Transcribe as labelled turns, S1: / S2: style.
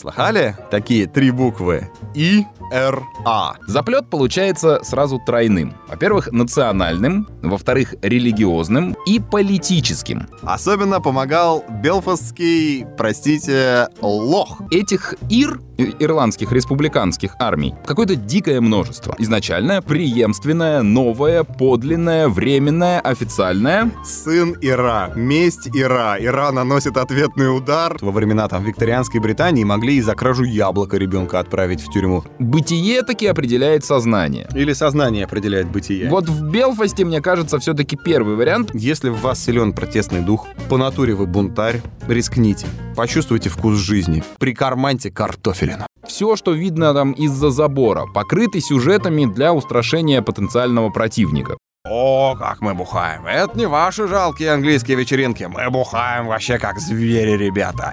S1: Слыхали? Такие три буквы. И, Р, А.
S2: Заплет получается сразу тройным. Во-первых, национальным, во-вторых, религиозным и политическим.
S1: Особенно помогал белфастский, простите, лох.
S2: Этих ир, и- ирландских республиканских армий, какое-то дикое множество. Изначально преемственное, новое, подлинное, временное, официальное.
S1: Сын Ира, месть Ира. Ира наносит ответный удар. Во времена там викторианской Британии могли и за кражу яблока ребенка отправить в тюрьму.
S2: Бытие таки определяет сознание.
S1: Или сознание определяет бытие.
S2: Вот в Белфасте, мне кажется, все-таки первый вариант.
S1: Если в вас силен протестный дух, по натуре вы бунтарь, рискните. Почувствуйте вкус жизни. Прикарманьте картофелина.
S2: Все, что видно там из-за забора, покрыты сюжетами для устрашения потенциального противника.
S1: О, как мы бухаем. Это не ваши жалкие английские вечеринки. Мы бухаем вообще как звери, ребята.